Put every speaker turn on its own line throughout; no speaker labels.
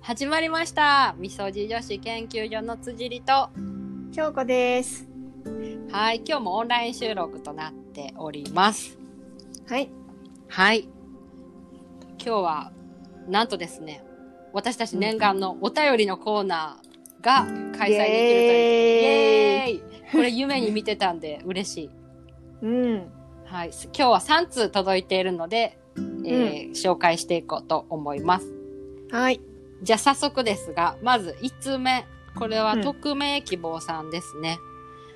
始まりましたみそじ女子研究所の辻里と
京子です。
はい今日もオンライン収録となっております
はい。
はい今日はなんとですね私たち念願のお便りのコーナーが開催できるというイエ
エーイ。
ーイこれ夢に見てたん で嬉しい
うん。
はい今日は3通届いているので、えー紹介していこうと思います
はい。
じゃあ早速ですが、まず1通目。これは
うん
匿名希望さんですね。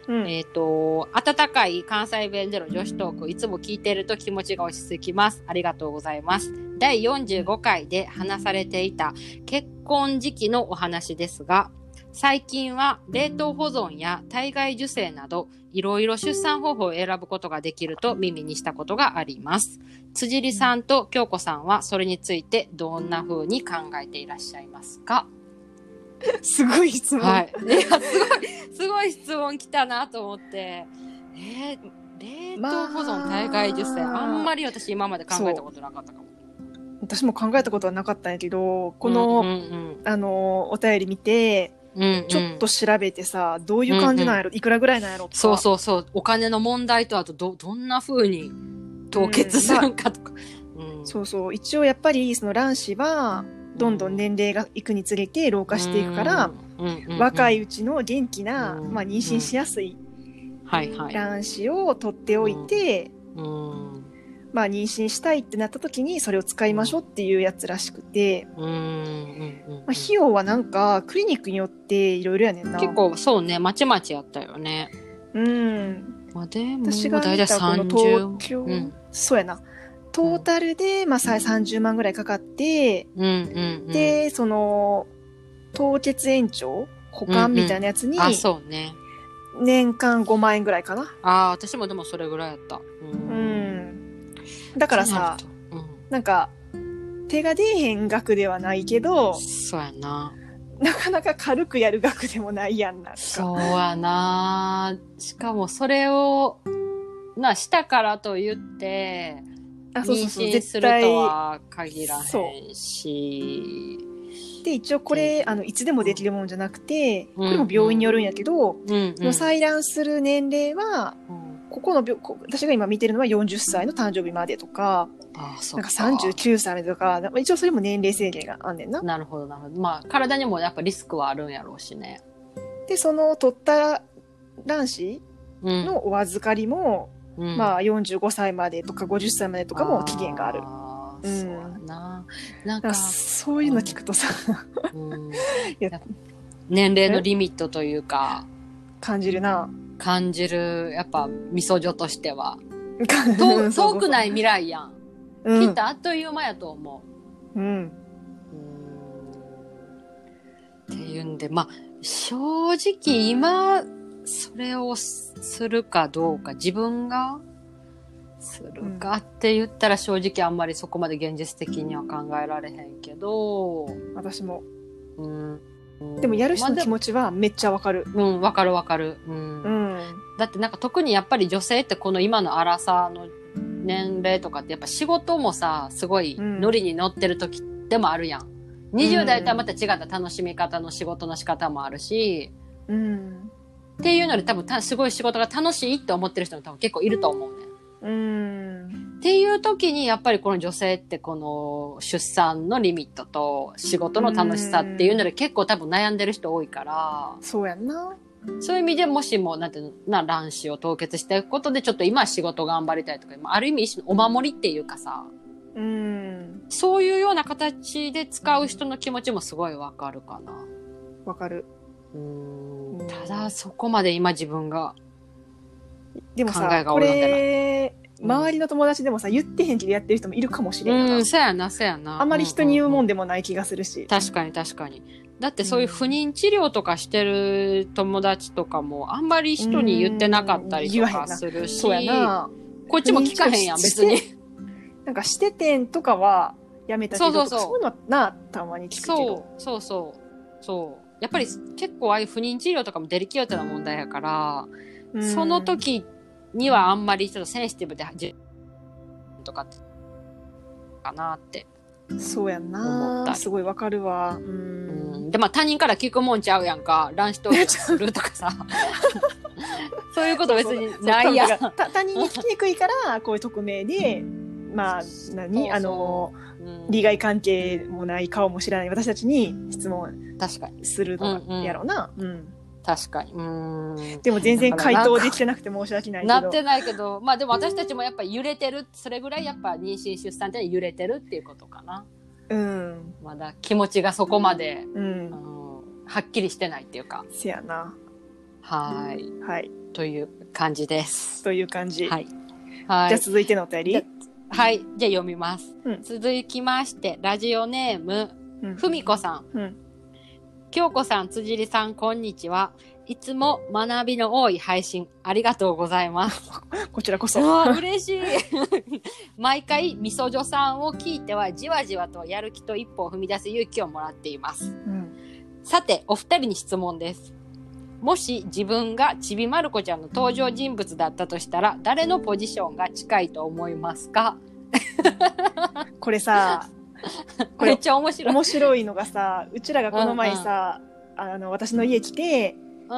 うん。
えっ、と、温かい関西弁での女子トーク、いつも聞いてると気持ちが落ち着きます。ありがとうございます。第45回で話されていた結婚時期のお話ですが、最近は冷凍保存や体外受精など、いろいろ出産方法を選ぶことができると耳にしたことがあります。辻里さんと京子さんはそれについてどんな風に考えていらっしゃいますか
すごい質問。
はい。いや、すごい、すごい質問来たなと思って。えー冷凍保
ま
存、
あ
体外受精。あんまり私今まで考えたことなかったかも。
私も考えたことはなかったんやけど、こ
う
の、
んうん
あの、お便り見て、
うん。うんうん
ちょっと。調べてさ、どういう感じなんやろ、いくらぐらいなんやろとか
そうそうそう。お金の問題と、あと、ど、どんな風に凍結するんかとか。うん。
そうそう。一応やっぱり、その卵子は、どんどん年齢がいくにつれて老化していくから、
うん、うんうんうん
若。いうちの元気な、
うん
まあ妊娠しやすい
はいはい。
卵子を取っておいて、
うん。
まあ妊娠したいってなった時にそれを使いましょうっていうやつらしくて、
うんうんうん。
まあ、費用はなんかクリニックによっていろいろやねんな
結構、そうね、まちまちやったよね。
うん
まあ、でも、
私が
だい
見
たい
たこの
30
東。京、
うん
そうやなトータルで、まあ、さ30万ぐらいかかって、
うんうんうん。、
でその凍結延長保
うんうん
管みたいなやつに
あ、そうね。
年間5万円ぐらいかな
ああ私もでもそれぐらいやったう
うんんだからさ
そうなると
なんか手が出えへん額ではないけ
う
ど
ん、そうやな
なかなか軽くやる額でもないやんなんか
そうやなしかもそれをなしたからと言って
あそう
妊
そうそう
娠す
絶
ると
対
は限らへんし
で一応これあのいつでもできるもんじゃなくて、これも病院によるんやけど、
うん
その採卵する年齢は
うん
ここの病こ私が今見てるのは40歳の誕生日までとか
あーそ
な
っ
んか39歳までとかなんか一応それも年齢制限があんねんな。
なるほどなるほどまあ体にもやっぱリスクはあるんやろうしね
でその取った卵子
うん
のお預かりも、
うん
まあ、45歳までとか50歳までとかも期限がある。
あ
う
ー
ん
そうやななん
だか
から
そういうの聞くとさ、
うん
や
やっぱ年齢のリミットというか
感じるな。
感じるやっぱみそ女としては
う
遠
ん そうそう
遠くない未来やん、
うん
きっとあっという間やと思
うん。
ううーんっていうんでまあ正直今それをすするかどうか自分がするかって言ったら正直あんまりそこまで現実的には考えられへんけど、
私も。
うん、
でもやる人の
まあ
気持ちはめっちゃわかる。
でもうんわかるわかる、うん
うん。
だってなんか特にやっぱり女性ってこの今の荒さの年齢とかってやっぱ仕事もさすごい
うん
ノリに乗ってる時でもあるやん。20代とはまた違った楽しみ方の仕事の仕方もあるし、
うん。
っていうので多分たすごい仕事が楽しいって思ってる人も多分結構いると思うねん。
うん。
っていう時にやっぱりこの女性ってこの出産のリミットと仕事の楽しさっていうので結構多分悩んでる人多いから、
そうやんな。
そういう意味でもしも、なんていうの、な、卵子を凍結していくことで、ちょっと今仕事頑張りたいとか、まあある意味一種のお守りっていうかさ、
うん。
そういうような形で使う人の気持ちもすごいわかるかな。
わかる。
うー。
うんん
ただ、そこまで今自分が、
でも
考えが
さ、
及
こ
ん
れ、
うん
周りの友達でもさ、言ってへんけどやってる人もいるかもし
う
れんから
ん、。そやな、そやな。
あまり人に言うも
ん
んでもない気がするし。
確かに確かに。だってそういう不妊治療とかしてる友達とかも、あんまり人に言ってなかったりと
うん言わへ
か
んな
するし、
そうやな。
こっちも聞かへんやん、別に。
なんか、しててんとかはやめたけど、
そ
そうう
そうそう
いうのはな、たまに聞くけ
そう
ど。
そうそうそうやっぱり結構ああいう不妊治療とかもデリケートな問題やから、
うん
その。時にはあんまりちょっとセンシティブでじとかってかなって
そうやん
思った
な
り
すごいわかるわう
うんん、でまあ他人から聞くもんちゃうやんか卵子凍結するとかさそういうこと別にないやん
そう多分た他人に聞きにくいからこういう匿名でまあ
そう
何あの
うん
利害関係もない顔も知らない私たちに質問
確かに
するの
うんうん
やろうな、うん
確かにうん
でも全然
だから
回
なんか
答できてなくて申し訳ないけど
なってないけどまあでも私たちもやっぱ揺れてるそれぐらいやっぱ妊娠出産って揺れてるっていうことかな
うん
まだ気持ちがそこまで、
うん
あのはっきりしてないっていうか
せやな
はーい
はい
という感じです
という感じ、
はいはい
じゃあ続いてのお便
じゃ
り、
はいじゃあ読みます、
うん
続きましてラジオネーム
うん
ふみこさん
うん、
京子さん、辻里さん、こんにちは。いつも学びの多い配信ありがとうございます。
こちらこ
う
そ
わ嬉しい。 毎回、みそじょさんを聞いては、じわじわとやる気と一歩を踏み出す勇気をもらっています。
うん
さて、お二人に質問です。もし自分がちびまる子ちゃんの登場人物だったとしたら、誰のポジションが近いと思いますか
これさこ
めっ
れ
ちゃ面白い。
面白いのがさうちらがこの前さ、あの私の家来て
うん、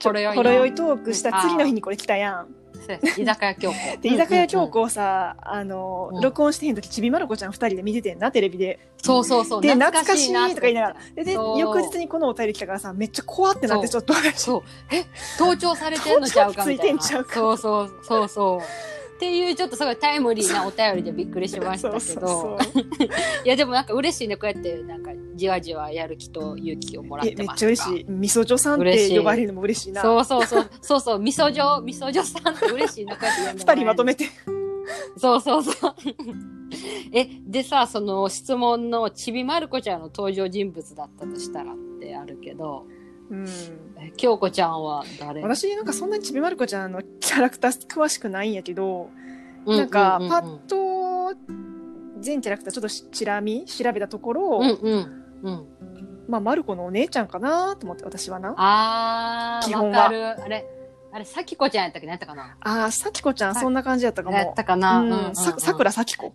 ちょ
ほろよい
ほろ酔
の。
いトークした次の日にこれ来たやん。
そうや居酒屋京子。
で居酒屋京子をさ、あの、
うん
録音してへん時ちびまる子ちゃん2人で見ててんなテレビで。
そうそうそう。
で懐かしいとか言いながらでで
そう
翌日にこのお便り来たからさめっちゃ怖ってなってちょっと
そう。え、盗聴されてんのちゃうかみたいな。
盗聴ついてんちゃうか
そうそうそうそう。っていうちょっとすごいタイムリーなお便りでびっくりしましたけど。
そう
いやでもなんか嬉しいねこうやってなんかじわじわやる気と勇気をもらっ
え
て
めっ
ます
ちゃ嬉しいみそじょさんっ
嬉してい
呼ばれるのも嬉しいな
そうそうそう そうそうみそじょみそじょさんって嬉しいなこうやって呼んでもら
2
える
人まとめて
そうそうそう えでさその質問のちびまる子ちゃんの登場人物だったとしたらってあるけど
うん
え京子ちゃんは誰
私なんかそんなにちびまる子ちゃんのキャラクター詳しくないんやけど
う
なんか
うう
パッと全キャラクターちょっとしチラ見調べたところ、
うんうんうん
まあまる子のお姉ちゃんかなと思って私はな
あ
基
ー、
本
わか
は
る。あれ、あれ、さきこちゃんやったっけ何やったかな
ああさきこちゃん
さ
そんな感じやったか
やっ
も
たかな、
うんささく
ら。
らさきこ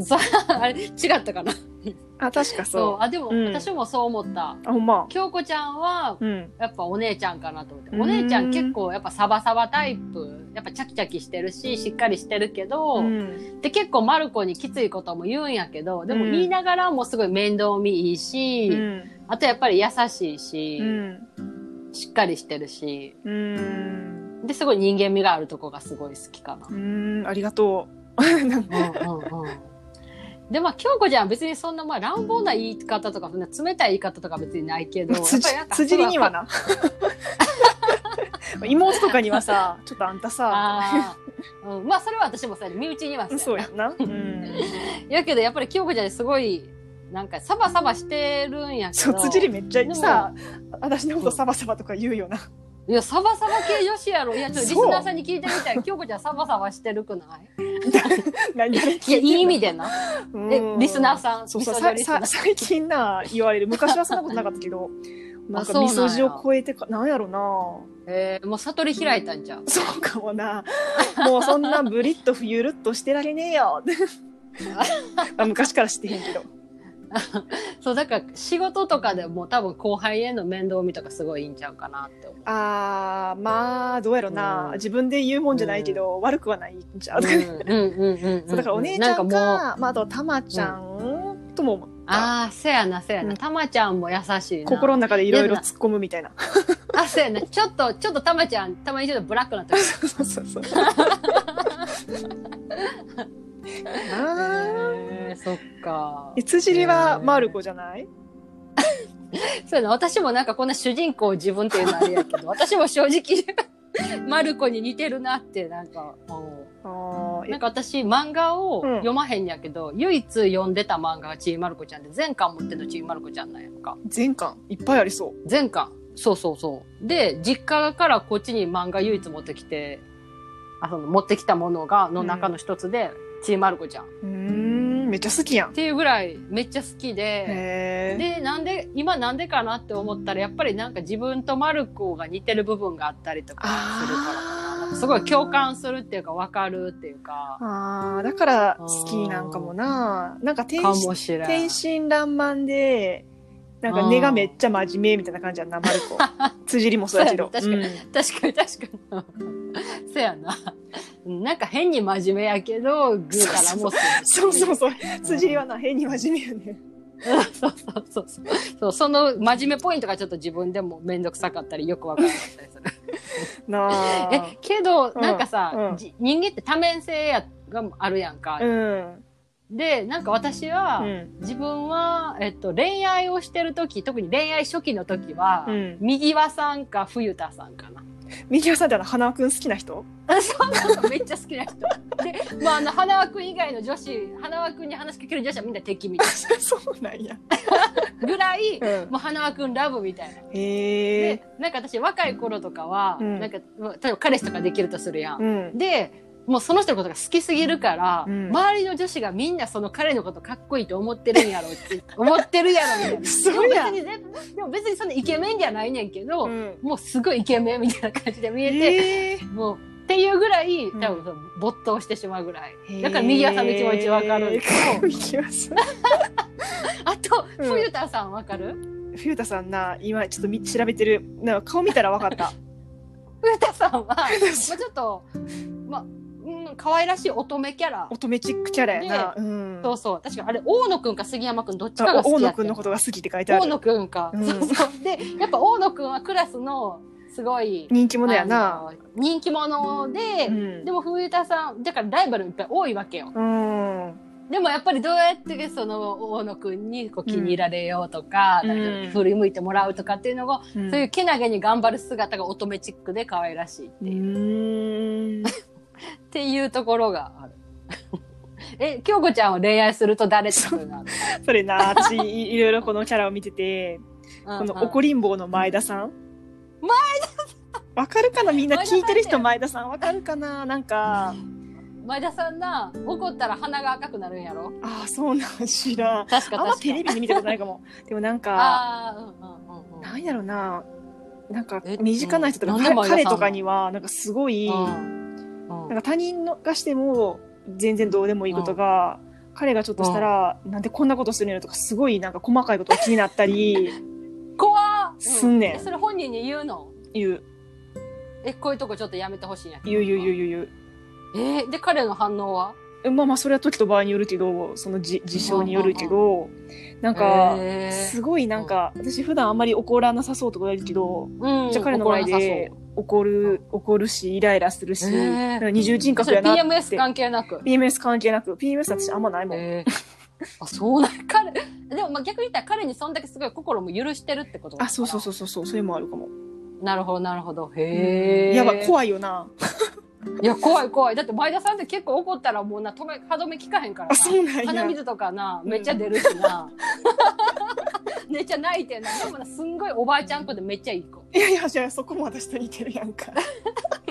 さ あれ、違ったかなそう
あ確かそう
あ、でも、
うん
私もそう思った。
あほんま
京子ちゃんは、
うん
やっぱお姉ちゃんかなと思って。
うん
お姉ちゃん結構、やっぱサバサバタイプ。やっぱチャキチャキしてるし、しっかりしてるけど、
うん
で、結構マルコにきついことも言うんやけど、でも
うん
言いながらもすごい面倒見いいし、
うん
あとやっぱり優しいし、
うん
しっかりしてるし、
うん
で、すごい人間味があるとこがすごい好きかな
う。んありがとうなんか
うんうんうんでまあ京子ちゃんは別にそんな、まあ、乱暴な言い方とかそんな冷たい言い方とか別にないけど
まあつじ
やっぱりなんか
辻りに はな妹とかにはさちょっとあんたさ
あー、うん、まあそれは私もそうやね身内には
そう
や
やんなうん
やけどやっぱり京子ちゃんすごいなんかサバサバしてるんやけ
そ
ど
う辻りめっち
で
ゃ
も
さ私のことサバサバとか言うよない
やサバサバ系女子やろいやちょっとリスナーさんに聞いてみたい京子ちゃんサバサバしてるくない
何々
いやいい意味でなえ
うん
リスナーさん
そうそう
みじ
さ
ょリスナ
さ
ー
最近な言われる昔はそんなことなかった けどなん
あ
か
そう
み
なんや
そじを超えてかなんやろな
えーもう悟り開いたんじゃん
そうかもなもうそんなブリッとゆるっとしてられねえ よまあ昔から知ってへんけど
そうだから仕事とかでも多分後輩への面倒見とかすごいいいんちゃうかなって思う。
あーまあどうやろな
うん
自分で言うもんじゃないけど悪くはないんちゃうそう
うんうんうんうんうん
だからお姉ちゃん
な
か
んかもう
まあ、あとたまちゃんとも思った
ああせやなせや
う
なんたまちゃんも優しいな
心の中でいろい
で
ろ
もな
突っ込むみたいな
あせやなちょっとちょっとたまちゃんたまにちょっとブラックな時
そうそうそうそうあー
えーそっか
え辻りは
えー
マルコじゃない
そうやな私もなんかこんな主人公自分っていうのはあれやけ ど私も正直マルコに似てるなってなんか思う
あー
なんか私漫画を
うん
読まへんやけど、唯一読んでた漫画がちいまる子ちゃんで全巻持ってるのちいまる子ちゃんなんやんか
全巻いっぱいありそう。
前巻そうそうそうで実家からこっちに漫画唯一持ってきてあその持ってきたものがの中の一つで、ちいまる子ちゃんっ
うーん、めっちゃ好きやん。
ていうぐらいめっちゃ好きで、
へえ。
でなんで今なんでかなって思ったらやっぱりなんか自分とまる子が似てる部分があったりとかするからかなすごい共感するっていうか、わかるっていうか、
ああ、だから好きなんかもな。なんか天
か
使
もしれん。
天真爛漫で、なんか根がめっちゃ真面目みたいな感じやんな、マルコ。辻りもそうやけど。
そうやね
うん
確かに確かに。 そやな。なんか変に真面目やけど、グーからも
そうそう
う。
そう。辻りはな、変に真面目やね。
そうそうそうそう。そう、その真面目ポイントがちょっと自分でもめんどくさかったり、よくわからなかったりする。
な あ。
え、けど、
うん
なんかさ、
うん
じ人間って多面性や、があるやんか。
うん。
で、なんか私は、
うん。
自分は、えっと、恋愛をしてる時特に恋愛初期の時は、
うん
右輪さんか冬田さんか な。
右輪さんってあの、花輪くん好きな人
めっちゃ好きな人。で、まあ、あの、花輪くん以外の女子、花輪くんに話しかける女子はみんな敵みたい
そうなんや。
な。ぐらい、
うん。
もう花輪くんラブみたいな。
へえ
で。、なんか私若い頃とかは、
うん
なんか、まあ例えば彼氏とかできるとするやん。
うん。
で、もうその人のことが好きすぎるから、
うん
周りの女子がみんなその彼のことかっこいいと思ってるんやろって、思ってるやろみたいな。
そうやん
でも別にねでも別にそのイケメンじゃないねんけど、
うん。
もうすごいイケメンみたいな感じで見えて、
へえ。
もうっていうぐらい
ん
多分その没頭してしまうぐらい、だから右輪さんの気持ちわかるんですけど
右輪さん。
あと
うん
冬田さんわかる
冬田さんな、今ちょっとみ調べてる。なんか顔見たらわか った。
冬田 さんは、まあ、
冬田
ち
さん
ょっとまあ、うん、可愛らしい乙女キャラ、
乙女チックキャラやな。うん。
そうそう確かあれ大野くんか杉山くんどっちか
あ
が好きやった
大野くんのことが好きって書いてあ
大
る。
野くんか、
うん
そうそうでやっぱ大野くんはクラスのすごい
人気者やな。
あの人気者で、
うん
でも冬田さんだからライバルいっぱい多いわけよ
うん。
でもやっぱりどうやってその大野くんにこう気に入られようとか、
うん
なんか振り向いてもらうとかっていうのが、
うん
そういうけなげに頑張る姿が乙女チックで可愛らしいって
う
いう,、
ーん。
っていうところがある。 え、京子ちゃんは恋愛すると誰ってことなの
それな、私いいろいろこのキャラを見て て、この怒
り、
りん坊の前田さん。
前
田さんわかるかなみんな
前田さん
聞いてる
だ
人
よ
前田さんわかるかななんか、
前田さんな、怒ったら鼻が赤くなるんやろ
ああ、そうなん知らん。
確か
あんま
確
テ
か。
レビで見たことないかも。でもなんか、
ああ、うんうんうんうん。
なんやろな。なんか
え
身近な人とか、
うんなんで前田さん
彼
なの
とかには、なんかすごい、
うんう
なんんか他人のがしても全然どうでもいいことが、彼がちょっとしたら、なんでこんなことするのとかすごいなんか細かいことが気になったり
怖っ
すんねん
えそれ本人に言うの
言う
え、こういうとこちょっとやめてほしいんやけど
言う言う言う言う言う
えーで、彼の反応は
えまあまあそれは時と場合によるけどそのじ事象によるけどなんか
えー
すごいなんか私普段あんまり怒らなさそうとか言うけど
うん、
じゃあ彼の前で怒る怒るしイライラするし
へー
なんか二重人
怒らなさそうそれ
格やなって
PMS 関係なく
PMS 関係なく PMS 私あんまないもん
えーあそうなん彼でもまあ逆に言ったら彼にそんだけすごい心も許してるってこと
あそうそう
う
そうそうそうそれもあるかも
なるほどなるほどへえ
やばい
い
怖いよな
や怖い怖いだって前田さんって結構怒ったらもうな止め歯止め効かへんから
あ
な
そうなんや
鼻水とかなめっちゃ出るしな、 めっちゃ泣いてんなでもなすんごいおばあちゃん子でめっちゃいい子
いやいや、じゃあそこも私と似てるやんか。
確かに 確か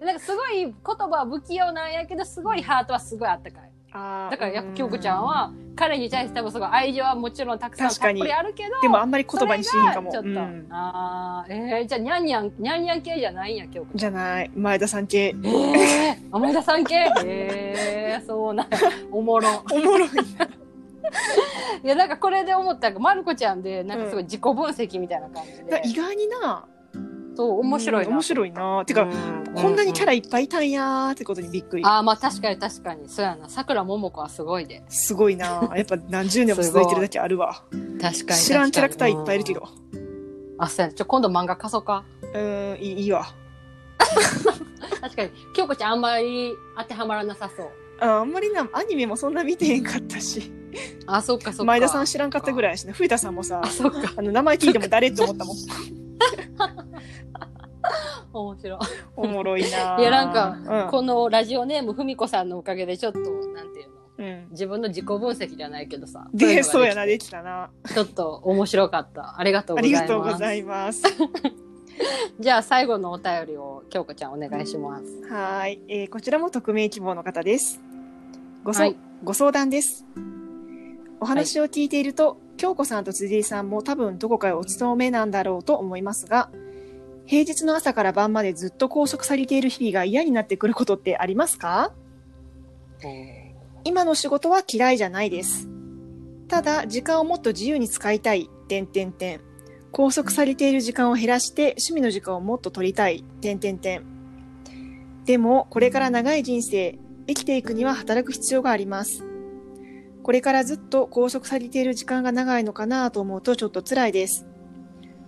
になんかすごい言葉は不器用なんやけどすごいハートはすごいあったかい
あ
だからやっぱ京子ちゃん。は彼に対して多分すごい愛情はもちろんたくさん
確
た
か
っ
に
ぷりあるけど
でもあんまり言葉にしへんかも。
それがちょっと、
うん
あーえー、じゃあニャンニャンニャンニャン系じゃないんや京子ち
じ
ゃん
ゃない、前田さん系。
えー、天田さん系えー、そうなんやおもろ
おもろい。
いやなんかこれで思ったのがまる子ちゃんでなんかすごい自己分析みたいな感じで、
意外にな。
そう面白いな、
うん面白いな。てか、
う
こんなにキャ
う
ラいっぱいいたんやーってことにびっくり
ん。ああまあ確かに確かにそうやなさくらももこはすごいです
ごいな。やっぱ何十年も続いてるだけあるわ。
確かに
知らんキャラクターいっぱいいるけど。
あそうやなちょ今度漫画貸そうか
うん、いいいいわ。
確かに京子ちゃんあんまり当てはまらなさそう
ああんまりな、アニメもそんな見てへんかったし。
あそっかそっか
前田さん知らんかったぐら
い
いやしな。冬田さんもさ
あ、そっか
あの、名前聞いても誰って思ったもん。
面白い
おもろいな。
いやなん
か
このラジオネームふみこさんのおかげでちょっとなんていうの
うん。うん。
自分の自己分析じゃないけどさい
で、
のが
そうやな、
き
できたな。
てちょっと面白かったありがとうござ
あ
い
り
ます
がとうございます。
じゃあ最後のお便りを京子ちゃんお願いします
はい、えーこちらも匿名希望の方です。ご,、
はい
ご相談です。お話を聞いていると、京子さんと辻井さんも多分どこかへお勤めなんだろうと思いますが、平日の朝から晩までずっと拘束されている日々が嫌になってくることってありますか今の仕事は嫌いじゃないです。ただ、時間をもっと自由に使いたい、点点点。拘束されている時間を減らして、趣味の時間をもっと取りたい、点点点。でも、これから長い人生、生きていくには働く必要があります。これからずっと拘束されている時間が長いのかなと思うとちょっと辛いです。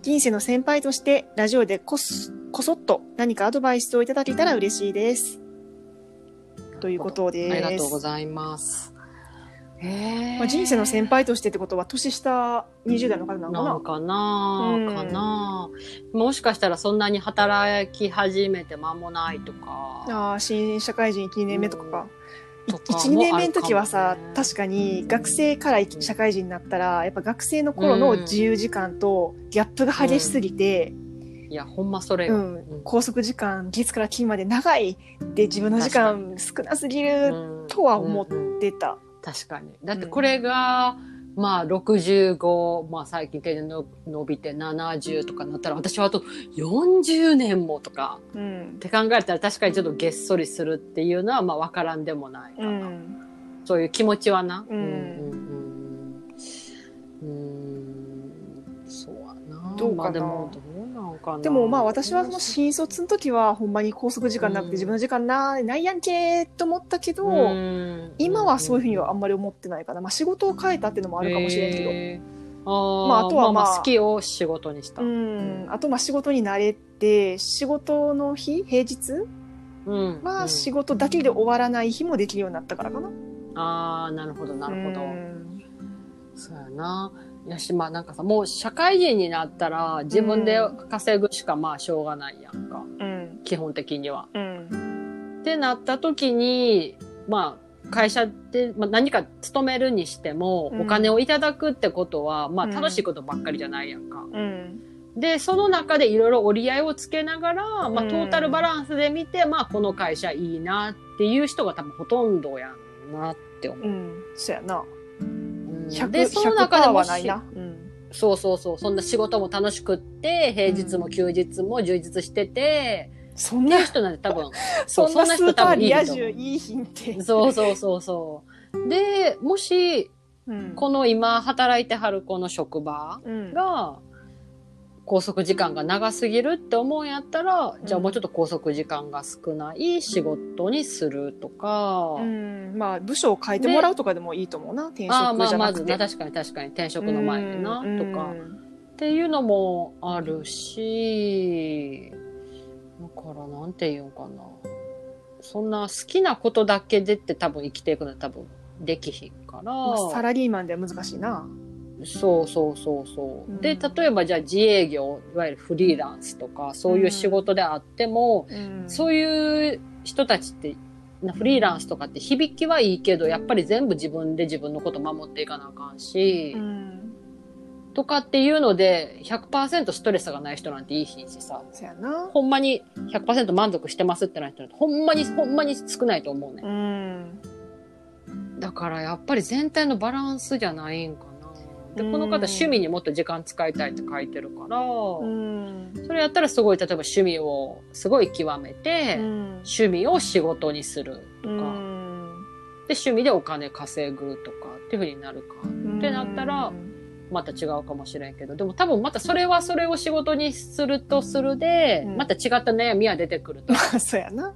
人生の先輩として、ラジオでこす、こそっと何かアドバイスをいただけたら嬉しいです。ということです。
ありがとうございます。え
まあ、人生の先輩としてってことは年下20代の方なの
な
か
のかな、
な、うん
かなもしかしたらそんなに働き始めて間もないとか。
ああ新社会人1年目とかか,、
とかも
12年目の時は
あ
さ
るかもね
確かに学生から社会人になったらやっぱ学生の頃の自由時間とギャップが激しすぎて、
いや、ほんまそれ
う
よ。
ん拘束時間月から金まで長いで自分の時間少なすぎる
うん
とは思っ
うんうん
てた、
確かに。だってこれが、まあ65、まあ最近的にの伸びて70とかなったら、私はあと40年もとか
うん
って考えたら確かにちょっとげっそりするっていうのはまあ分からんでもないか
う
な。
ん、
そういう気持ちはな。
う
うんうん
ん
うん。うんそうやな。
どうかな
まあでもどうなんかな。
でもまあ私はその新卒の時はほんまに拘束時間なく
う
て
ん
自分の時間ないないやんけと思ったけど、
うん
今はそういうふうにはあんまり思ってないかな、まあ、仕事を変えたっていうのもあるかもしれんけど、
へーあー
ま
ま
あ
あ
あ
あ
と
と
は
は
ま
ま
あ
あ、好きを仕事にした。
うんあとまあ仕事に慣れて仕事の日平日
うん
は仕
事。
事だけで終わらない日もできるようになったからかな。
ああ、なるほど、なるほど。
うん
そうやな。やし、まあなんかさ、もう社会人になったら自分で稼ぐしかまあしょうがないやんか。
うん
基本的には。
うん
ってなった時に、まあ、会社で、まあ、何か勤めるにしても、
うん
お金をいただくってことは、まあ、
うん
楽しいことばっかりじゃないやんか。
うん
で、その中でいろいろ折り合いをつけながら、まあ、
うん
トータルバランスで見て、まあ、この会社いいなっていう人が多分ほとんどやんなって思う。
うんそうやな
うん
100%
で、その中でも
は
し
ないな。うん
そうそうそう、そんな仕事も楽しくって、平日も休日も充実してて、
そん
って
な
いう人なんて多 分、
そんなスーパーリア充
う。
いい品って。
そうそうそうそう。で、もし、
うん
この今働いてはるこの職場
うん
が拘束時間が長すぎるって思うんやったら、じゃあもうちょっと拘束時間が少ない仕事にするとか、
うんまあ部署を変えてもらうとかでもいいと思うな転
ああ
職
ま
じ
あ
ゃ
ま
な
ず
く
な
て。
確かに確かに転職の前にな
うん
とか、
う
っ
ん
ていうのもあるしだからなんていうんかなそんな好きなことだけでって多分生きていくのは多分できひんから、
まあサラリーマンでは難しいな。
そうそうそうそう。
うん
で例えばじゃあ自営業いわゆるフリーランスとかそういう仕事であっても、
そ
そうういう人たちってなフリーランスとかって響きはいいけどやっぱり全部自分で自分のこと守っていかなあかんし、
ん。
とかっていうので100%ストレスがない人なんていいひんしさ
そやな。
ほんまに100%満足してますってな人なんてほんまにほんまに少ないと思うね
うん。
だからやっぱり全体のバランスじゃないんかなでこの
うん
方趣味にもっと時間使いたいって書いてるから、
うん。
それやったらすごい例えば趣味をすごい極めて、
うん
趣味を仕事にするとか、で趣味でお金稼ぐとかっていう風になるかってなったら
うん
また違うかもしれんけどでも多分またそれはそれを仕事にするとするで、
うん
また違った悩みは出てくる と
そうやな。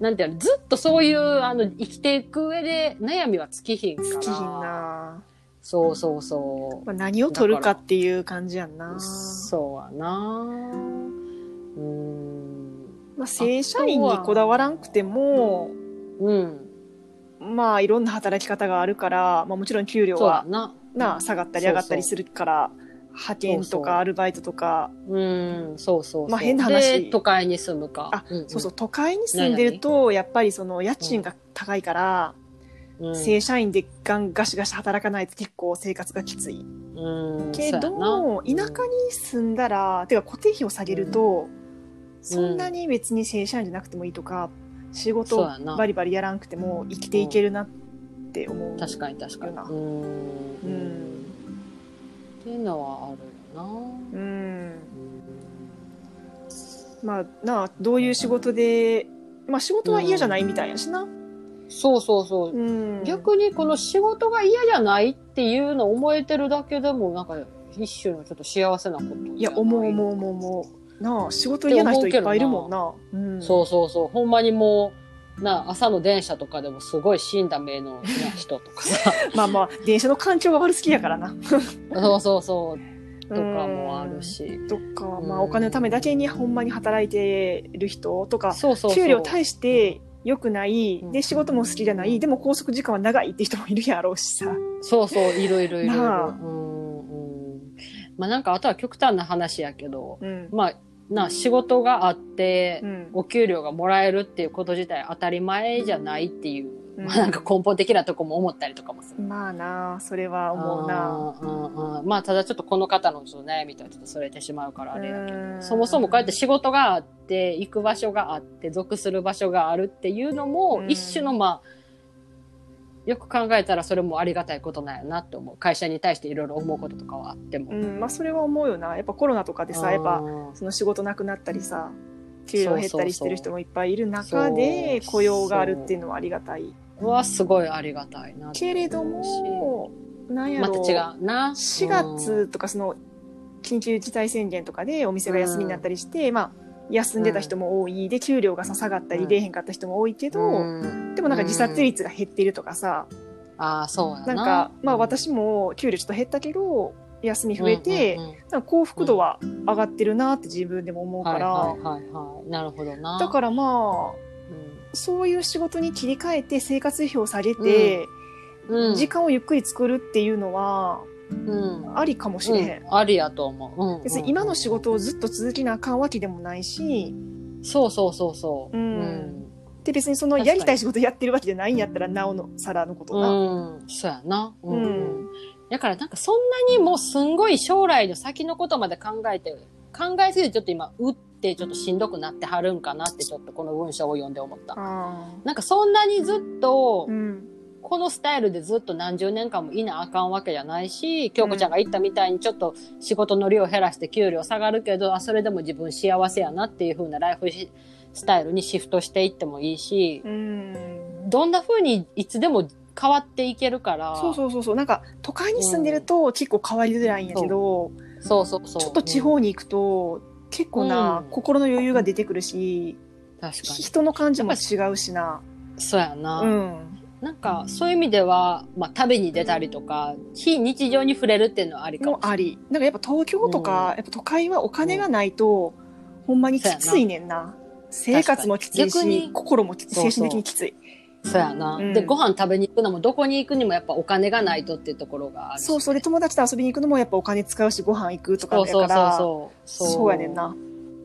なんていうのずっとそういうあの生きていく上で悩みは尽きひんから
好きひんな。
そうそうそう
まあ、何を取るかっていう感じやんな。
そうやなうーん
まあ、正社員にこだわらんくても、
うん
まあ、いろんな働き方があるから、まあ、もちろん給料
そうや
は
な
な、下がったり上がったりするから、派遣
そ
と
うそう
かアルバイトとか、
うんそうそうそう、
まあ変な
で
話
都会に住むか
あ
うん
そうそう、都会に住んでると、やっぱりその家賃が高いから、
うん
正社員でガンガシガシ働かないと結構生活がきつい。
うん
け
そ
ど
うや
田
な
舎に住んだらてか固定費を下げると、そんなに別に正社員じゃなくてもいいとか仕事
そう
を
やな
バリバリやらなくても生きていけるなって思う、
確かに確かに
よな
うーん
うん
っていうのはあるよな
うん
うん
まあなあどういう仕事でまあ仕事は嫌じゃないみたいやしな、
そうそうそうう。
ん、
逆にこの仕事が嫌じゃないっていうのを思えてるだけでも、なんか一種のちょっと幸せなことじゃない
いや思う思う思う思うなあ仕事嫌な人いっぱいいるもんなうん、
そうそうそう。ほんまにもう、な、朝の電車とかでもすごい死んだ目のな人とか さ。
まあまあ電車の環境が悪すぎやからな
そうそうそう。とかもあるし。
とか、
う
まあ、
ん
お金のためだけにほんまに働いてる人とか
そうそうそう。
給料大して良くない、
うん
で仕事も好きじゃない、
うん
でも拘束時間は長いって人もいるやろうしさ、
そうそう、いろいろいろい
なあ
ろ。うんうん。まあなんかあとは極端な話やけど、
うん
まあ、な、仕事があって、
うん
お給料がもらえるっていうこと自体当たり前じゃないっていう、
うん
まあなんか根本的なとこも思ったりとかもする。
まあなあそれは思うな
あーうんうんまあただちょっとこの方のちょっと悩みとはちょっとそれてしまうからあれやけ
うん
どそもそもこうやって仕事があって行く場所があって属する場所があるっていうのも
うん
一種のまあよく考えたらそれもありがたいことなんやなって思う会社に対していろいろ思うこととかはあっても。
うんまあそれは思うよなやっぱコロナとかでさやっ
う
ぱ
ん
その仕事なくなったりさ給料減ったりしてる人もいっぱいいる中
そうそう
で
そう
雇用があるっていうのはありがたい
はすごいありがたいなって
けれど
思うし
もなんや
ま
ろ
た
う、
違うな
4月とかその緊急事態宣言とかでお店が休みになったりして、まあ休んでた人も多いで給料がさ下がった
う
り
ん
出えへんかった人も多いけ
う
ど、
ん
でもなんか自殺率が減ってるとかさ、
ああそうやな
なんかまあ私も給料ちょっと減ったけど休み増えて、
うんうんうん
なんか幸福度は上がってるなって自分でも思うから、
はいはいはいはいなるほどな
だからまあそういう仕事に切り替えて生活費を下げて、
うん、うん
時間をゆっくり作るっていうのは
うん
ありかもしれへん。
うんありやと思う、うん
別に今の仕事をずっと続きなあかんわけでもないし、
そうそうそうそう
う
うんん、
で別にその
確か
や
に
りたい仕事やってるわけじゃないんやったらなおのさらのこと
う
な。
んそうやなう、
うんん。
だからなんかそんなにもうすんごい将来の先のことまで考えて考えすぎてちょっと今うってちょっとしんどくなってはるんかなってちょっとこの文章を読んで思った
あ
なんかそんなにずっと、
ーうん。
このスタイルでずっと何十年間もいなあかんわけじゃないし、京子ちゃんが言ったみたいにちょっと仕事の量減らして給料下がるけど、あ、それでも自分幸せやなっていう風なライフしスタイルにシフトしていってもいいし、
うん。
どんな風にいつでも変わっていけるから、
そうそうそうそう。なんか都会に住んでると結構変わりづらいんやけど、
そうそうそう
ちょっと地方に行くと結構な、
うん
心の余裕が出てくるし、
うん確か
人の感じも違うしな。
に。そうやな。
うん。
なんかそういう意味では、まあ食べに出たりとか、非日常に触れるっていうのはありかも
も
しれない。
あり。なんかやっぱ東京とか、やっぱ都会はお金がないと、ほんまにきついねんな。生活もきつい
確かに逆
し
に、
心もきつい
そうそう
精神的にきつい。
そうやな、
うん
で、ご飯食べに行くのもどこに行くにもやっぱお金がないとっていうところがあるし
そうそうで友達と遊びに行くのもやっぱお金使うしご飯行くとか
そ
や
うそうそ
か
う
ら
そう。
そうやねん。な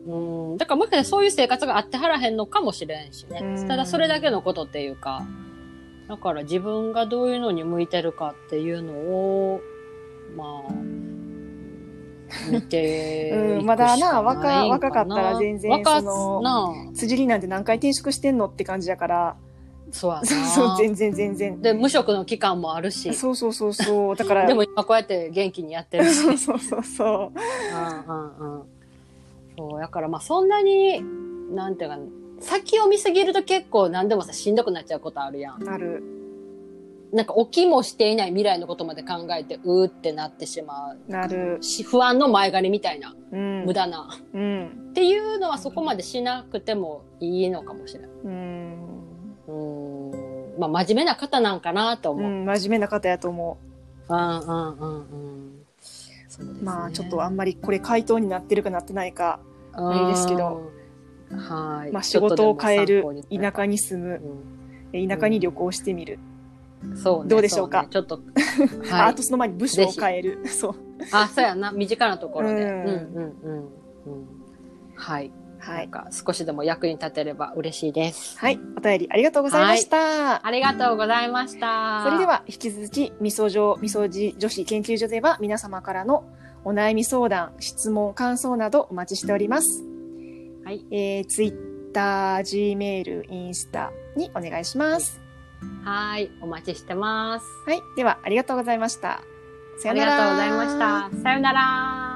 うん。だからもしかしたらそういう生活があってはらへんのかもしれんしね
う。ん
ただそれだけのことっていうか、だから自分がどういうのに向いてるかっていうのを、まあ、見て
う
いくし
ん
かい
まだな
か
若若かったら全然
若
その
な
辻りなんて何回転職してんのって感じやから
そうやな。
そう そう全然全然
で、無職の期間もあるし、
そうそうそ うそうだから
でも今こうやって元気にやってるし
そ。うそうそうそ
う
う
んうんうんそうだからまあそんなになんていうかな先を見すぎると結構何でもさしんどくなっちゃうことあるやん
なる
なんか起きもしていない未来のことまで考えてうーってなってしまう
なる
し不安の前借りみたいな
うん
無駄な、
うん
っていうのはそこまでしなくてもいいのかもしれない
うん、
うーんまあ真面目な方なんかなと
う
思う、
ん、真面目な方やと思
うんうんうんうんそうです
う
ね
まあちょっとあんまりこれ回答になってるかなってないか、
うん
あれですけど
はい
まあ、仕事を変え
ち
る
ょっとでも参考になれ
田
ば
舎に住む
うん
田舎に旅行してみる、
そうね、
どうでしょうか
そねちょっ と、
あ
は
あ
い
と、その前に部署を変える そう
あ、そうやな、身近なところで、う、
うんん
うん、うん、うん。はい、
は
ないんか少しでも役に立てれば嬉しいです。
はい、お便りありがとうございました。
ありがとうございました。
それで、は引き続き、みそ上、みそじ女子研究所では皆様からのお悩み相談、質問、感想などお待ちしております。
はい、
えー、ツイッター、G メール、インスタにお願いします。
はい、お待ちしてます。
はい、ではありがとうございました。さ
あ
よ
り
なら。
がとうございまし。た。さよなら。